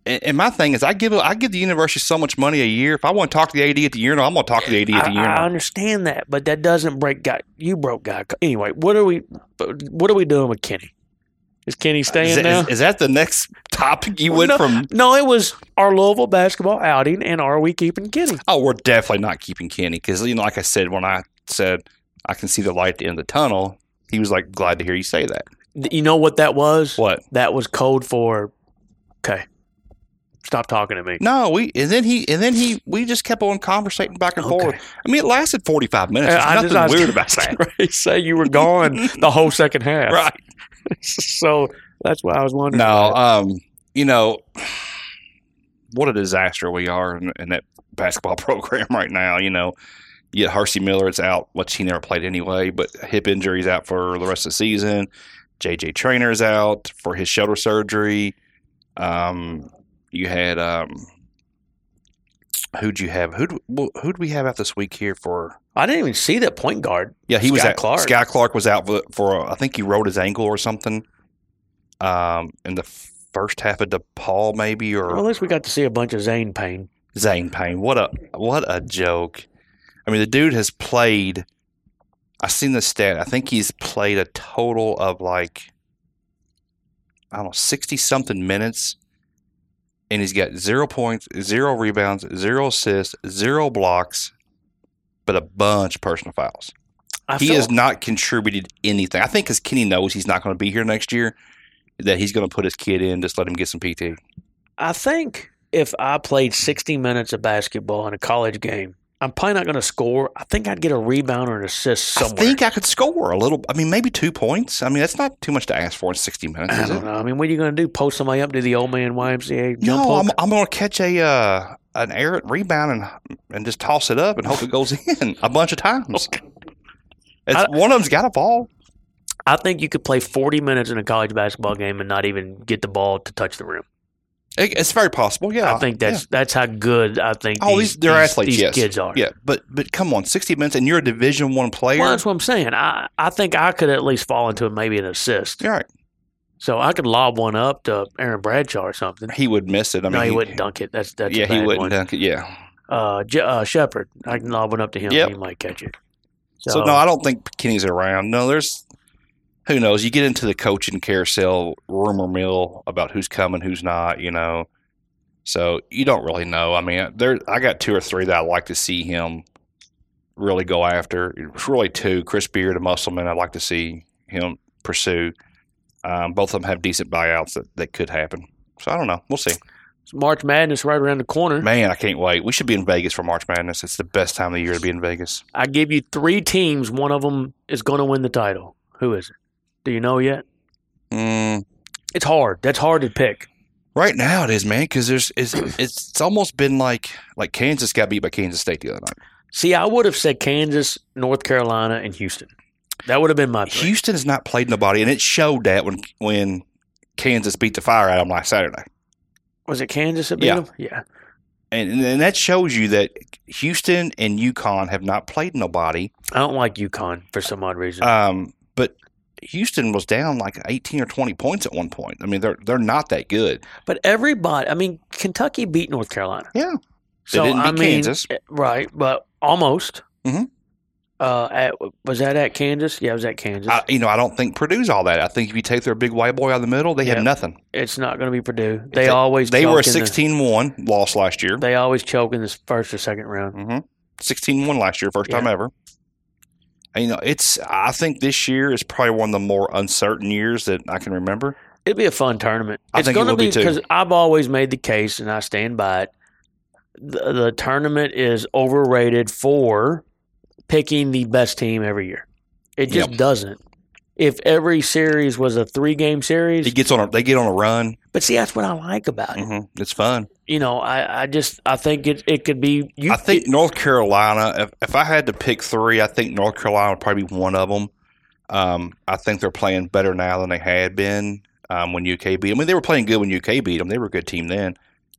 D: And, and my thing is, I give I give the university so much money a year. If I want to talk to the AD at the urinal, I'm going to talk to the AD at the
C: I, I
D: urinal.
C: understand that, but that doesn't break guy. You broke guy. co- Anyway, what are we? What are we doing with Kenny? Is Kenny staying
D: Is, that-
C: now?
D: is- is that the next [laughs] topic you went
C: no,
D: from?
C: no, it was our Louisville basketball outing, and are we keeping Kenny?
D: Oh, we're definitely not keeping Kenny because you know, like I said, when I said I can see the light at the end of the tunnel, he was like, "Glad to hear you say that."
C: Th- You know what that was?
D: What?
C: That was code for. Okay, stop talking to me.
D: No, we and then he and then he we just kept on conversating back and
C: Okay.
D: forth. I mean, it lasted forty five minutes. There's
C: I
D: nothing
C: just- I was
D: [laughs]
C: [laughs]
D: weird about that,
C: Right, say you were gone the whole second half.
D: right?
C: [laughs] So That's why I was wondering.
D: No, um, you know, what a disaster we are in, in that basketball [laughs] program right now. You know, you get Hersey Miller, it's out, which he never played anyway, but hip injury's out for the rest of the season. JJ Trainer's out for his shoulder surgery. Um, you had um, who'd you have? Who'd who'd we have out this week here for?
C: I didn't even see that point guard.
D: Yeah, he was
C: Sky
D: out.
C: Clark.
D: Sky Clark was out for, for uh, I think he rolled his ankle or something. Um, in the first half of DePaul, maybe or
C: Well, at least we got to see a bunch of Zane Payne.
D: Zane Payne. What a what a joke! I mean, the dude has played. I seen the stat. I think he's played a total of like I don't know sixty something minutes, and he's got zero points, zero rebounds, zero assists, zero blocks, but a bunch of personal fouls
C: I
D: he
C: feel-
D: has not contributed anything. I think because Kenny knows he's not going to be here next year, that he's going to put his kid in, just let him get some PT.
C: I think if I played 60 minutes of basketball in a college game, I'm probably not going to score. I think I'd get a rebound or an assist somewhere.
D: I think I could score a little. I mean, maybe two points. I mean, that's not too much to ask for in sixty minutes, [clears throat]
C: I
D: is
C: don't
D: it?
C: know. I mean, what are you going to do? Post somebody up to the old man YMCA jump
D: Um, No,
C: hook?
D: I'm, I'm going to catch a uh, an errant rebound and and just toss it up and hope it goes [laughs] in a bunch of times. [laughs] It's,
C: I-
D: one of them's got a ball.
C: I think you could play 40 minutes in a college basketball game and not even get the ball to touch the rim.
D: It, it's very possible. Oh, Yeah,
C: I think that's that's how good I think
D: yeah. oh,
C: these,
D: these, they're
C: these-
D: athletes.
C: these
D: yes,
C: kids are.
D: Yeah, but but come on, sixty minutes, and you're a Division One player.
C: Well, that's what I'm saying. I, I think I could at least fall into maybe an assist.
D: You're right.
C: So I could lob one up to Aaron Bradshaw or something.
D: He would miss it. I mean,
C: no, he, wouldn't dunk it. That's that's
D: yeah,
C: a bad
D: he wouldn't
C: One.
D: dunk it. Yeah.
C: Uh, J- uh, Shepard, I can lob one up to him.
D: Yep.
C: He might catch it. So,
D: So,
C: Oh.
D: no, I don't think Kenny's around. No, there's who knows. You get into the coaching carousel, rumor mill about who's coming, who's not. You know, so you don't really know. I mean, there I got two or three that I'd like to see him really go after. It's really two: Chris Beard and Musselman. I'd like to see him pursue. Um, both of them have decent buyouts that, that could happen. So I don't know. We'll see.
C: it's March Madness right around the corner.
D: Man, I can't wait. We should be in Vegas for March Madness. It's the best time of the year to be in Vegas.
C: I give you three teams. One of them is going to win the title. Who is it? Do you know yet?
D: Mm,
C: It's hard. That's hard to pick.
D: Right now it is, man, because there's it's, it's it's almost been like like Kansas got beat by Kansas State the other night.
C: See, I would have said Kansas, North Carolina, and Houston. That would have been my pick.
D: Houston has not played nobody, and it showed that when when Kansas beat the fire out of them last Saturday,
C: Was it Kansas that beat
D: Yeah.
C: them? Yeah.
D: and and that shows you that Houston and UConn have not played nobody.
C: I don't like UConn for some odd reason.
D: Um, but Houston was down like eighteen or twenty points at one point. I mean, they're they're not that good.
C: but everybody, I mean, Kentucky beat North Carolina.
D: Yeah. They
C: So,
D: didn't
C: I
D: beat
C: mean,
D: Kansas.
C: eh, Right, but almost.
D: Mhm.
C: Uh, at, was that at Kansas? Yeah, it was at Kansas.
D: I, you know, I don't think Purdue's all that. I think if you take their big white boy out of the middle, they
C: Yeah.
D: have nothing.
C: it's not going to be Purdue. They,
D: They-
C: always
D: They were a
C: choke in the-
D: 16-1 loss last year.
C: they always choke in this first or second round.
D: Mm-hmm. 16 1 last year, first time
C: Yeah.
D: ever. And, you know, it's, I think this year is probably one of the more uncertain years that I can remember.
C: It'd be a fun tournament.
D: I
C: it's
D: think it
C: going to
D: would be,
C: be
D: too.
C: because I've always made the case, and I stand by it. The, the tournament is overrated for picking the best team every year. It just doesn't. If every series was a three-game
D: It
C: series,
D: gets on a, they get on a run.
C: but see, that's what I like about it.
D: hmm It's fun.
C: You know, I, I just I think it it could be. You,
D: I think North Carolina, if, if I had to pick three, I think North Carolina would probably be one of them. Um, I think they're playing better now than they had been um, when UK beat them. I mean, they were playing good when UK beat them. They were a good team then,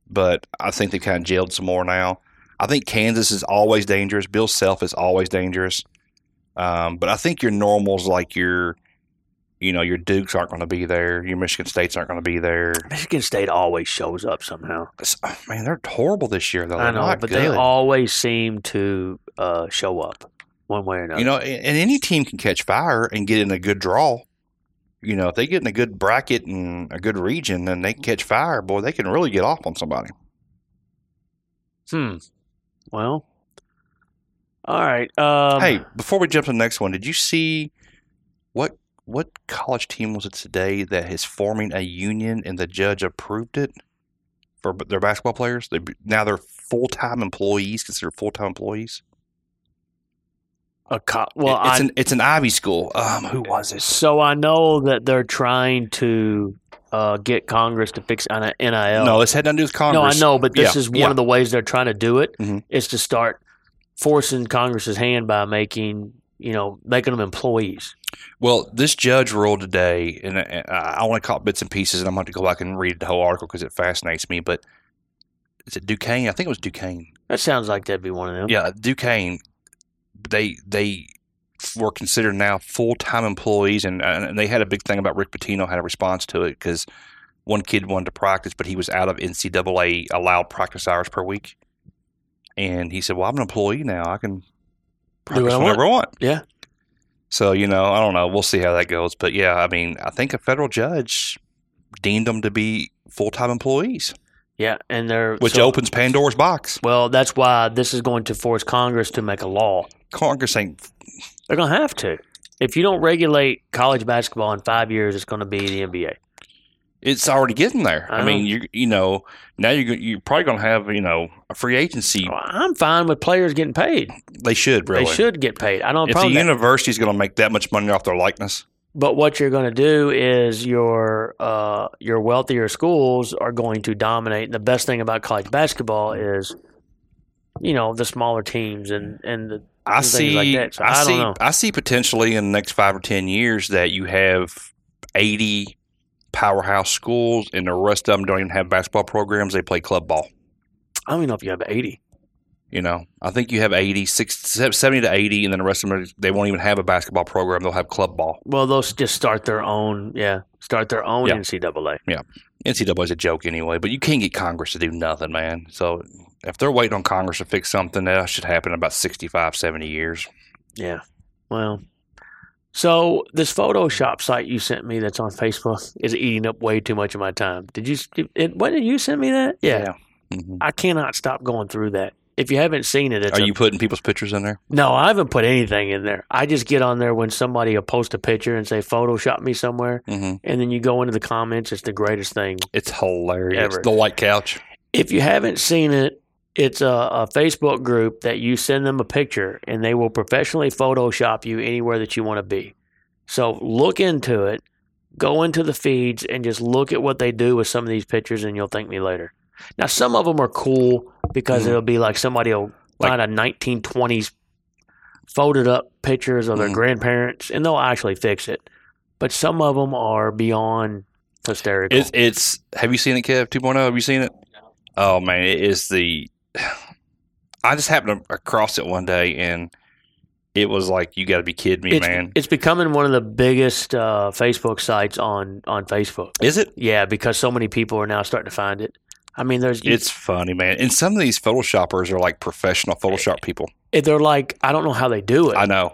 D: but I think they kind of jailed some more now. I think Kansas is always dangerous. Bill Self is always dangerous. Um, but I think your normals, like your, you know, your Dukes aren't going to be there. Your Michigan States aren't going to be there.
C: Michigan State always shows up somehow.
D: It's- man, they're horrible this year, though.
C: I
D: Oh, They're
C: know,
D: not
C: but they
D: good.
C: always seem to uh, show up one way or another.
D: You know, and and any team can catch fire and get in a good draw. You know, if they get in a good bracket and a good region and they can catch fire, boy, they can really get off on somebody.
C: Hmm. Well. All right. Um,
D: hey, before we jump to the next one, did you see what what college team was it today that is forming a union and the judge approved it for b- their basketball players? They now they're full time employees, considered full time employees.
C: A co- well,
D: It- it's
C: I,
D: an it's an Ivy school. Um, who was it?
C: so I know that they're trying to uh, get Congress to fix NIL.
D: No, it's had nothing to do with
C: No, I
D: Congress.
C: know, but this
D: Yeah,
C: is one
D: yeah.
C: of the ways they're trying to do it is
D: Mhm.
C: to start forcing Congress's hand by making you know making them employees.
D: Well, this judge ruled today, and I, I only caught bits and pieces, and I'm going to go back and read the whole article because it fascinates me. But is it Duquesne? I think it was Duquesne.
C: That sounds like that'd be one of them.
D: Yeah, Duquesne. They they were considered now full time employees, and and they had a big thing about Rick Pitino had a response to it because one kid wanted to practice, but he was out of NCAA allowed practice hours per week, and he said, "Well, I'm an employee now. I can practice
C: I want."
D: whenever I want."
C: Yeah.
D: So you know, I don't know. We'll see how that goes, but yeah, I mean, I think a federal judge deemed them to be full time employees,
C: yeah, and they're
D: which
C: so-
D: opens Pandora's box.
C: Well, that's why this is going to force Congress to make a law.
D: Congress ain't
C: They're going to have to. If you don't regulate college basketball in five years, it's going to be the NBA.
D: it's already getting there.
C: I
D: I, mean, you you know now you're go- you're probably going to have you know a free agency.
C: Well, I'm fine with players getting paid.
D: They should really.
C: Oh, They should get paid. I don't have
D: If
C: a
D: the
C: problem. with that.
D: university's going to make that much money off their likeness,
C: But what you're going to do is your uh, your wealthier schools are going to dominate. And the best thing about college basketball is, you know, the smaller teams and and the,
D: I
C: and things
D: see.
C: like that. So I, don't
D: see.
C: know.
D: I see potentially in the next five or ten years that you have eighty powerhouse schools, and the rest of them don't even have basketball programs. They play club ball.
C: I don't even know if you have 80.
D: You know, I think you have 80, 60, 70 to eighty, and then the rest of them they won't even have a basketball program. They'll have club ball.
C: Well, they'll s- just start their own. Yeah, start their own
D: Yeah.
C: NCAA.
D: NCAA is a joke anyway, but you can't get Congress to do nothing, man. So if they're waiting on Congress to fix something, that should happen in about 65, 70 years.
C: Yeah. Well, so this Photoshop site you sent me that's on Facebook is eating up way too much of my time. Did you? It, when did you send me that? Yeah.
D: Mhm.
C: I cannot stop going through that. If you haven't seen it, it's
D: Are
C: a-
D: you putting people's pictures in there?
C: No, I haven't put anything in there. I just get on there when somebody will post a picture and say Photoshop me somewhere,
D: Mm-hmm.
C: and then you go into the comments. It's the greatest thing.
D: It's hilarious.
C: Ever.
D: The white couch.
C: If you haven't seen it, it's a, a Facebook group that you send them a picture, and they will professionally Photoshop you anywhere that you want to be. So look into it, go into the feeds, and just look at what they do with some of these pictures, and you'll thank me later. Now, some of them are cool because
D: Mhm.
C: it'll be like somebody will
D: Like-
C: find a 1920s folded up pictures of their
D: Mhm.
C: grandparents, and they'll actually fix it. But some of them are beyond hysterical.
D: It's, it's have you seen it, Kev? 2.0? Have you seen it? Oh man, it is the I just happened to- across it one day and it was like you got to be kidding me,
C: it's,
D: man.
C: it's becoming one of the biggest uh, Facebook sites on on Facebook.
D: is it?
C: Yeah, because so many people are now starting to find it. I mean, there's
D: It's funny, man. And some of these photoshoppers are like professional photoshop people.
C: they're like I don't know how they do it.
D: I
C: I,
D: know.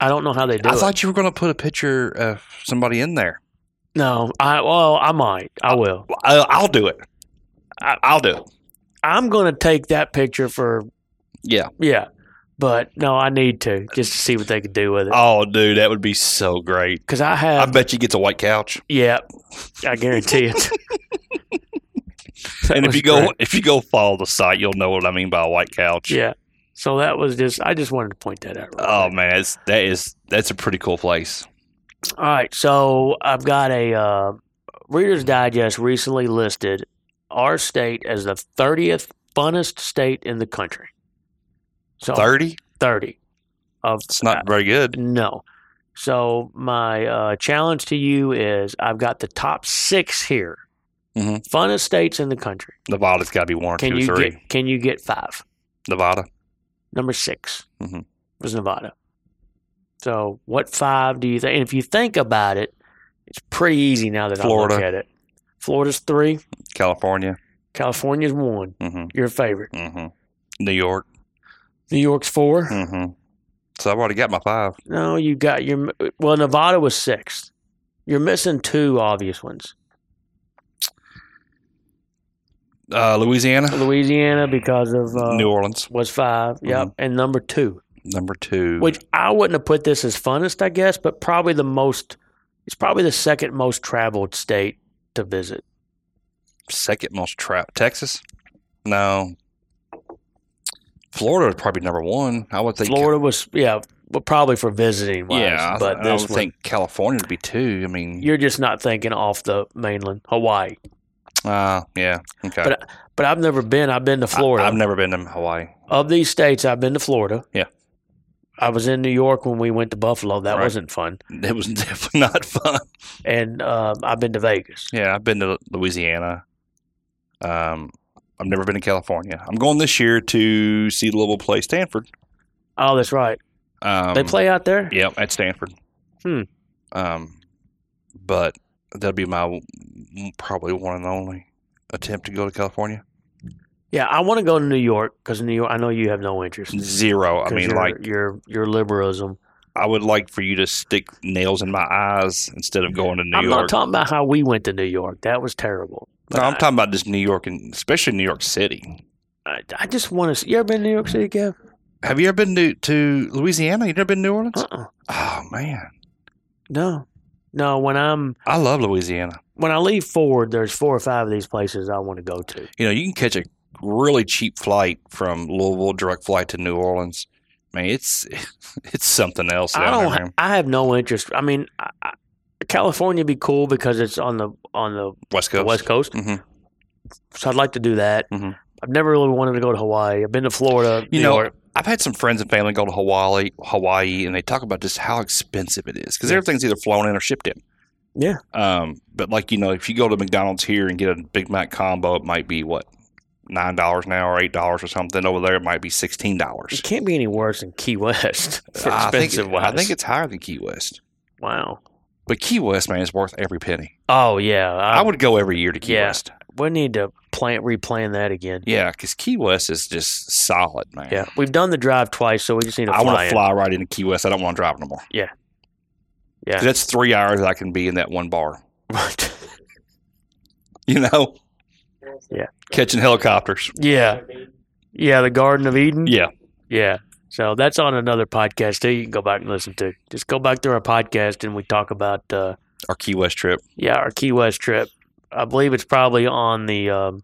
C: don't know how they do
D: I
C: it.
D: thought you were going to put a picture of somebody in there.
C: no, I well I might I will.
D: I'll, I'll do it. I, I'll do it.
C: I'm gonna take that picture for
D: Yeah.
C: yeah, but no, I need to just to see what they can do with it
D: Oh, dude, that would be so great.
C: because I
D: I
C: have
D: bet you gets a white [laughs] couch.
C: yeah, I guarantee it. [laughs] That
D: And if
C: was
D: you go
C: great.
D: if you go follow the site, you'll know what I mean by a white couch.
C: yeah. So that was just I just wanted to point that out. real
D: Oh man, it's, that is that's a pretty cool place.
C: All right, so I've got a uh, Reader's Digest recently listed our state as the 30th funnest state in the country. So
D: Thirty.
C: 30 of
D: It's not very good.
C: no. So my uh, challenge to you is I've got the top 6 here.
D: Mhm.
C: Funnest states in the country.
D: Nevada's got to be one, or
C: Can
D: two,
C: you
D: three.
C: get can you get 5?
D: Nevada.
C: Number 6
D: Mhm.
C: was Nevada. So what 5 do you think and if you think about it it's pretty easy now that I look
D: Florida.
C: at it. Florida's three,
D: California.
C: California's one,
D: Mm-hmm.
C: your favorite.
D: Mm-hmm. New York.
C: New York's four.
D: Mm-hmm. So I've already got my five.
C: No, you got your well. Nevada was sixth. You're missing two
D: [sighs]
C: obvious ones:
D: Uh, Louisiana.
C: Louisiana because of uh,
D: New Mm-hmm. Orleans.
C: was five. Yep, and number two,
D: Number two.
C: which I wouldn't have put this as funnest, I guess, but probably the most. It's probably the second most traveled state to visit.
D: second most trap Texas? No. Florida is probably number one. I would think
C: Florida was yeah. but probably for visiting. Wise,
D: yeah, I-
C: but
D: I,
C: this
D: would
C: one,
D: think California would be too. I mean,
C: you're just not thinking off the mainland, Hawaii.
D: uh, yeah, okay.
C: But But I've never been. I've been to Florida.
D: I, have never been to Hawaii.
C: of these states, I've been to Florida.
D: Yeah.
C: I was in New York when we went to Buffalo. That
D: Right.
C: wasn't fun.
D: It was [laughs] definitely not fun.
C: And um, I've been to Vegas.
D: Yeah, I've been to Louisiana. Um, I've never been to California. I'm going this year to see the Louisville play Stanford.
C: Oh, that's right.
D: Um,
C: they play out there.
D: Yep, at Stanford.
C: Hmm.
D: Um, but that'd be my w- probably one and only attempt to go to California.
C: Yeah, I want to go to New York because New York. I know you have no interest.
D: Zero. I
C: 'cause
D: mean,
C: your-
D: like
C: your your liberalism.
D: I would like for you to stick nails in my eyes instead of going to New
C: I'm
D: York.
C: not talking about how we went to New York. That was terrible.
D: no, I'm talking about just New York and especially New York City.
C: I, I just want to. You ever been to New York City, Kev?
D: Have you ever been to, to Louisiana? You never been to New Orleans?
C: Uh-uh.
D: Oh man,
C: No, no. When I'm
D: I love Louisiana.
C: when I leave Ford, there's four or five of these places I want to go to.
D: You know, you can catch a really cheap flight from Louisville direct flight to New Orleans. Man, it's [laughs] it's something else.
C: I
D: down
C: don't.
D: there,
C: ha-
D: man.
C: I have no interest. I mean, I, I, California be cool because it's on the on the
D: West
C: the
D: Coast.
C: West Coast,
D: Mhm.
C: so I'd like to do that.
D: Mhm.
C: I've never really wanted to go to Hawaii. I've been to Florida.
D: You
C: New
D: know,
C: York.
D: I've had some friends and family go to Hawaii, Hawaii, and they talk about just how expensive it is because everything's either flown in or shipped in.
C: Yeah.
D: Um, but like you know, if you go to McDonald's here and get a Big Mac combo, it might be what nine dollars now or eight dollars or something. Over there, it might be sixteen
C: it
D: dollars.
C: can't be any worse than Key
D: [laughs]
C: West for
D: I think,
C: expensive
D: I
C: wise.
D: think it's higher than Key West,
C: wow.
D: but Key West man is worth every penny.
C: Oh yeah,
D: I would go every year to Key
C: yeah.
D: West.
C: We need to plan replan that again.
D: Yeah, because Key West is just solid, man.
C: Yeah, we've done the drive twice, so we just need to
D: I
C: fly.
D: want to
C: [laughs] in.
D: fly right into Key West. I don't want to drive no more.
C: Yeah. Yeah.
D: 'Cause That's three hours I can be in that one bar. [laughs] you know?
C: Yeah.
D: Catching helicopters.
C: Yeah, yeah, the Garden of Eden.
D: Yeah.
C: yeah. So that's on another podcast too. You can go back and listen to. Just go back to our podcast and we talk about uh,
D: Our Key West trip.
C: yeah our Key West trip. I believe it's probably on the um,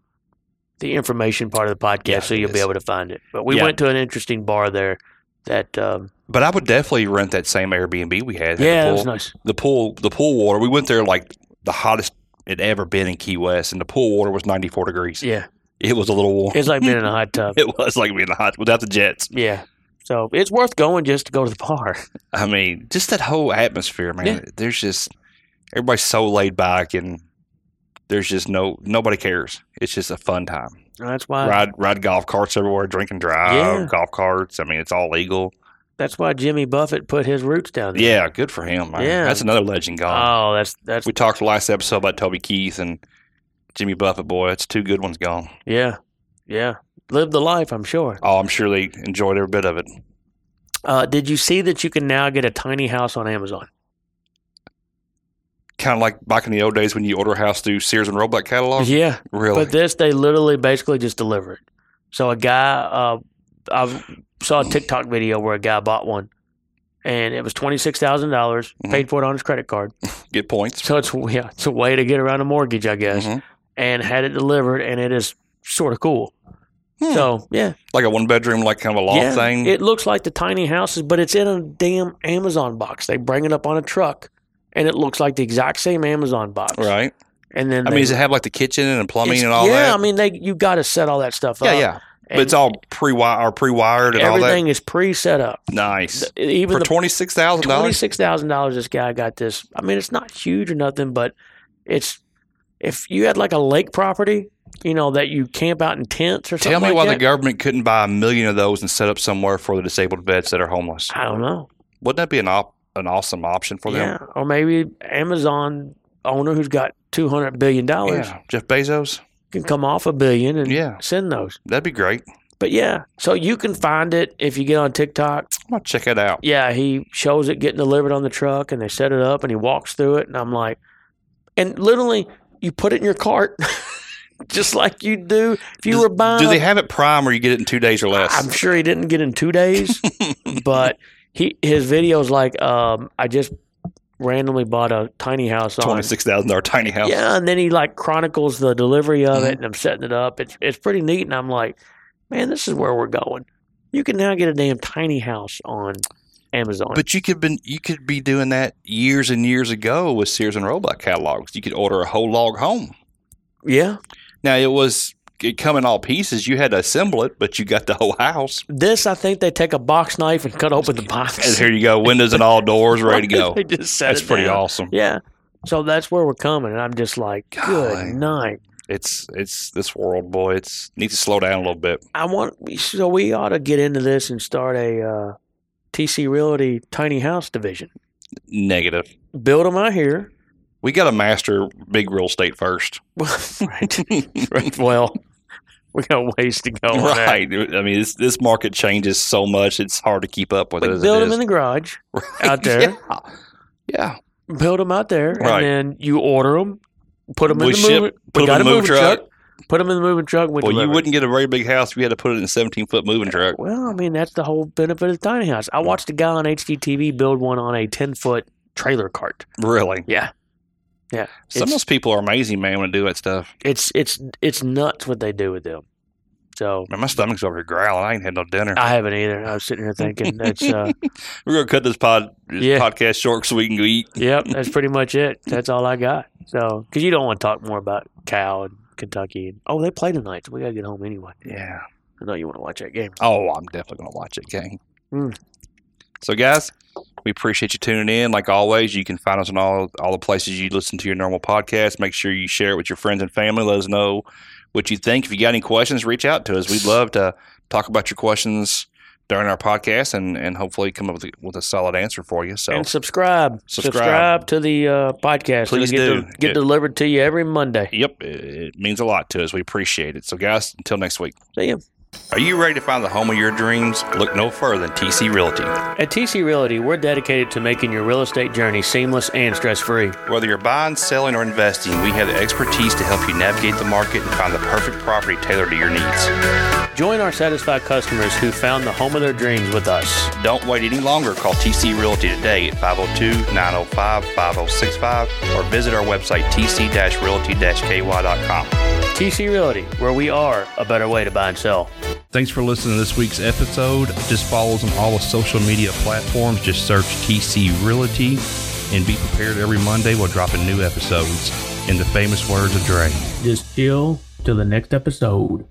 C: the information part of the podcast,
D: Yeah,
C: so
D: it
C: you'll be
D: is.
C: able to find it. But we
D: Yeah.
C: went to an interesting bar there. That um,
D: But I would definitely rent that same Airbnb we had. Had
C: yeah,
D: the
C: it
D: pool,
C: was nice.
D: the pool the pool water. We went there like the hottest it ever been in Key West and the pool water was ninety four degrees.
C: Yeah,
D: It was a little warm. [laughs]
C: it's like being in a hot tub.
D: It was like being hot without the jets.
C: Yeah. So it's worth going just to go to the bar.
D: I mean, just that whole atmosphere, man.
C: Yeah.
D: There's just everybody's so laid back and there's just no nobody cares. It's just a fun time.
C: That's why
D: ride ride golf carts everywhere, drink and drive,
C: Uh, Yeah.
D: golf carts. I mean, it's all legal.
C: that's why Jimmy Buffett put his roots down there.
D: Yeah, good for him. Man.
C: Oh, Yeah.
D: That's another legend gone.
C: Oh, that's that's
D: we talked last episode about Toby Keith and Jimmy Buffett boy. That's two good ones gone.
C: yeah. Yeah. Live the life, I'm sure.
D: Oh, I'm sure they enjoyed every bit of it.
C: Uh, did you see that you can now get a tiny house on Amazon?
D: Kind of like back in the old days when you order a house through Sears and Roebuck catalog.
C: Yeah.
D: Oh, Really?
C: But this they literally basically just deliver it. So a guy uh I saw a TikTok video where a guy bought one and it was twenty six thousand dollars,
D: Mhm.
C: paid for it on his credit card.
D: Get points.
C: So it's yeah, it's a way to get around a mortgage, I guess.
D: Mhm.
C: And had it delivered and it is sort of cool.
D: Hmm.
C: So yeah,
D: Like a one bedroom, like kind of a loft
C: yeah,
D: thing.
C: It looks like the tiny houses, but it's in a damn Amazon box. They bring it up on a truck, and it looks like the exact same Amazon box.
D: right.
C: And then
D: I
C: they-
D: mean, does it have like the kitchen and the plumbing
C: it's-
D: and all
C: yeah,
D: that?
C: I mean, they you got to set all that stuff
D: yeah,
C: up.
D: yeah. But
C: and
D: it's all pre wired or pre wired and all that.
C: everything is pre-set up.
D: Nice.
C: The- e, Even
D: For
C: the
D: twenty six thousand dollars.
C: twenty-six thousand dollars, this guy got this. I mean, it's not huge or nothing, but it's if you had like a lake property, you know, that you camp out in tents or something.
D: Tell me
C: like
D: why the
C: that,
D: government couldn't buy a million of those and set up somewhere for the disabled vets that are homeless.
C: I don't know.
D: Wouldn't that be an op- an awesome option for
C: Yeah,
D: them?
C: or maybe Amazon owner who's got two hundred billion dollars.
D: Yeah. Jeff Bezos.
C: can come off a billion and
D: Yeah.
C: send those.
D: That'd be great. I'm
C: But yeah, so you can find it if you get on TikTok.
D: gonna check it out.
C: Yeah, he shows it getting delivered on the truck and they set it up and he walks through it. And I'm like, and literally, you put it in your cart [laughs] just like you do if you
D: Does-
C: were buying.
D: Do
C: a-
D: they have it prime or you get it in two days or less?
C: I'm sure he didn't get in
D: [laughs]
C: two days, but he his video's like, um, I just randomly bought a tiny house on
D: Twenty six thousand dollar tiny house.
C: Yeah, and then he like chronicles the delivery
D: Mm-hmm.
C: of it, and I'm setting it up. It's it's pretty neat, and I'm like, man, this is where we're going. You can now get a damn tiny house on Amazon.
D: But you could been you could be doing that years and years ago with Sears and Roebuck catalogs. You could order a whole log home.
C: yeah,
D: Now it was it come in all pieces. You had to assemble it, but you got the whole house.
C: [laughs] this I think they take a box knife and
D: [laughs]
C: cut open the
D: And
C: box.
D: here you go, windows and all doors ready to go.
C: [laughs] They just set
D: That's
C: it
D: pretty
C: down.
D: awesome.
C: Yeah. So that's where we're coming, and I'm just like,
D: Golly.
C: good night.
D: It's it's this world, boy. It's needs to slow down a little bit.
C: I want so we ought to get into this and start a uh, TC Realty tiny house division.
D: Negative.
C: Build them out here.
D: We got to master big real estate first. [laughs]
C: right. right. Well, we got ways to go. on that.
D: right. I mean, this this market changes so much; it's hard to keep up with
C: We
D: it. As
C: build
D: it
C: them
D: is.
C: in the garage
D: [laughs]
C: out there.
D: Yeah. Yeah.
C: Build them out there,
D: Right.
C: and then you order them, put them in
D: We
C: the
D: ship,
C: moving,
D: put 'em
C: we
D: in
C: got a
D: the move
C: moving
D: truck.
C: truck. put them in the moving truck. And we
D: Well, you
C: deliver.
D: wouldn't get a very big house if you had to put it in a 17 foot moving truck.
C: Well, I mean that's the whole benefit of the tiny house. I watched a guy on HGTV build one on a ten foot trailer cart.
D: Really?
C: Yeah, yeah.
D: Some of
C: It's-
D: those people are amazing, man, when they do that stuff.
C: it's it's it's nuts what they do with them. So
D: Man, my stomach's over here growling. I ain't had no dinner.
C: I haven't either. I was sitting here thinking that's uh,
D: We're gonna cut this pod this
C: Yeah.
D: podcast short so we can go eat.
C: yep, [laughs] that's pretty much it. That's all I got. So because you don't want to talk more about Cal and Kentucky and oh they play tonight, so we gotta get home anyway.
D: Yeah.
C: I know you want to watch that game.
D: Oh, I'm definitely gonna watch it, gang.
C: Mm.
D: So, guys, we appreciate you tuning in. Like always, you can find us on all all the places you listen to your normal podcast. Make sure you share it with your friends and family. Let us know what you think. If you got any questions, reach out to us. We'd love to talk about your questions during our podcast and and hopefully come up with a, with a solid answer for you. So,
C: And subscribe,
D: Subscribe.
C: to the uh, podcast.
D: Please do.
C: It'll get del- get
D: It-
C: delivered to you every Monday.
D: yep, it, it means a lot to us. We appreciate it. So, guys, until next week.
C: See ya.
D: Are you ready to find the home of your dreams? Look no further than TC Realty.
C: At TC Realty, we're dedicated to making your real estate journey seamless and stress free.
D: Whether you're buying, selling, or investing, we have the expertise to help you navigate the market and find the perfect property tailored to your needs.
C: Join our satisfied customers who found the home of their dreams with us.
D: Don't wait any longer. Call TC Realty today at 502 905 5065 or visit our website tc realty ky.com.
C: TC Realty, where we are a better way to buy and sell.
A: Thanks for listening to this week's episode. Just follow us on all the social media platforms. Just search TC Realty and be prepared every Monday. We'll drop a new episodes in the famous words of Dre.
B: Just chill till the next episode.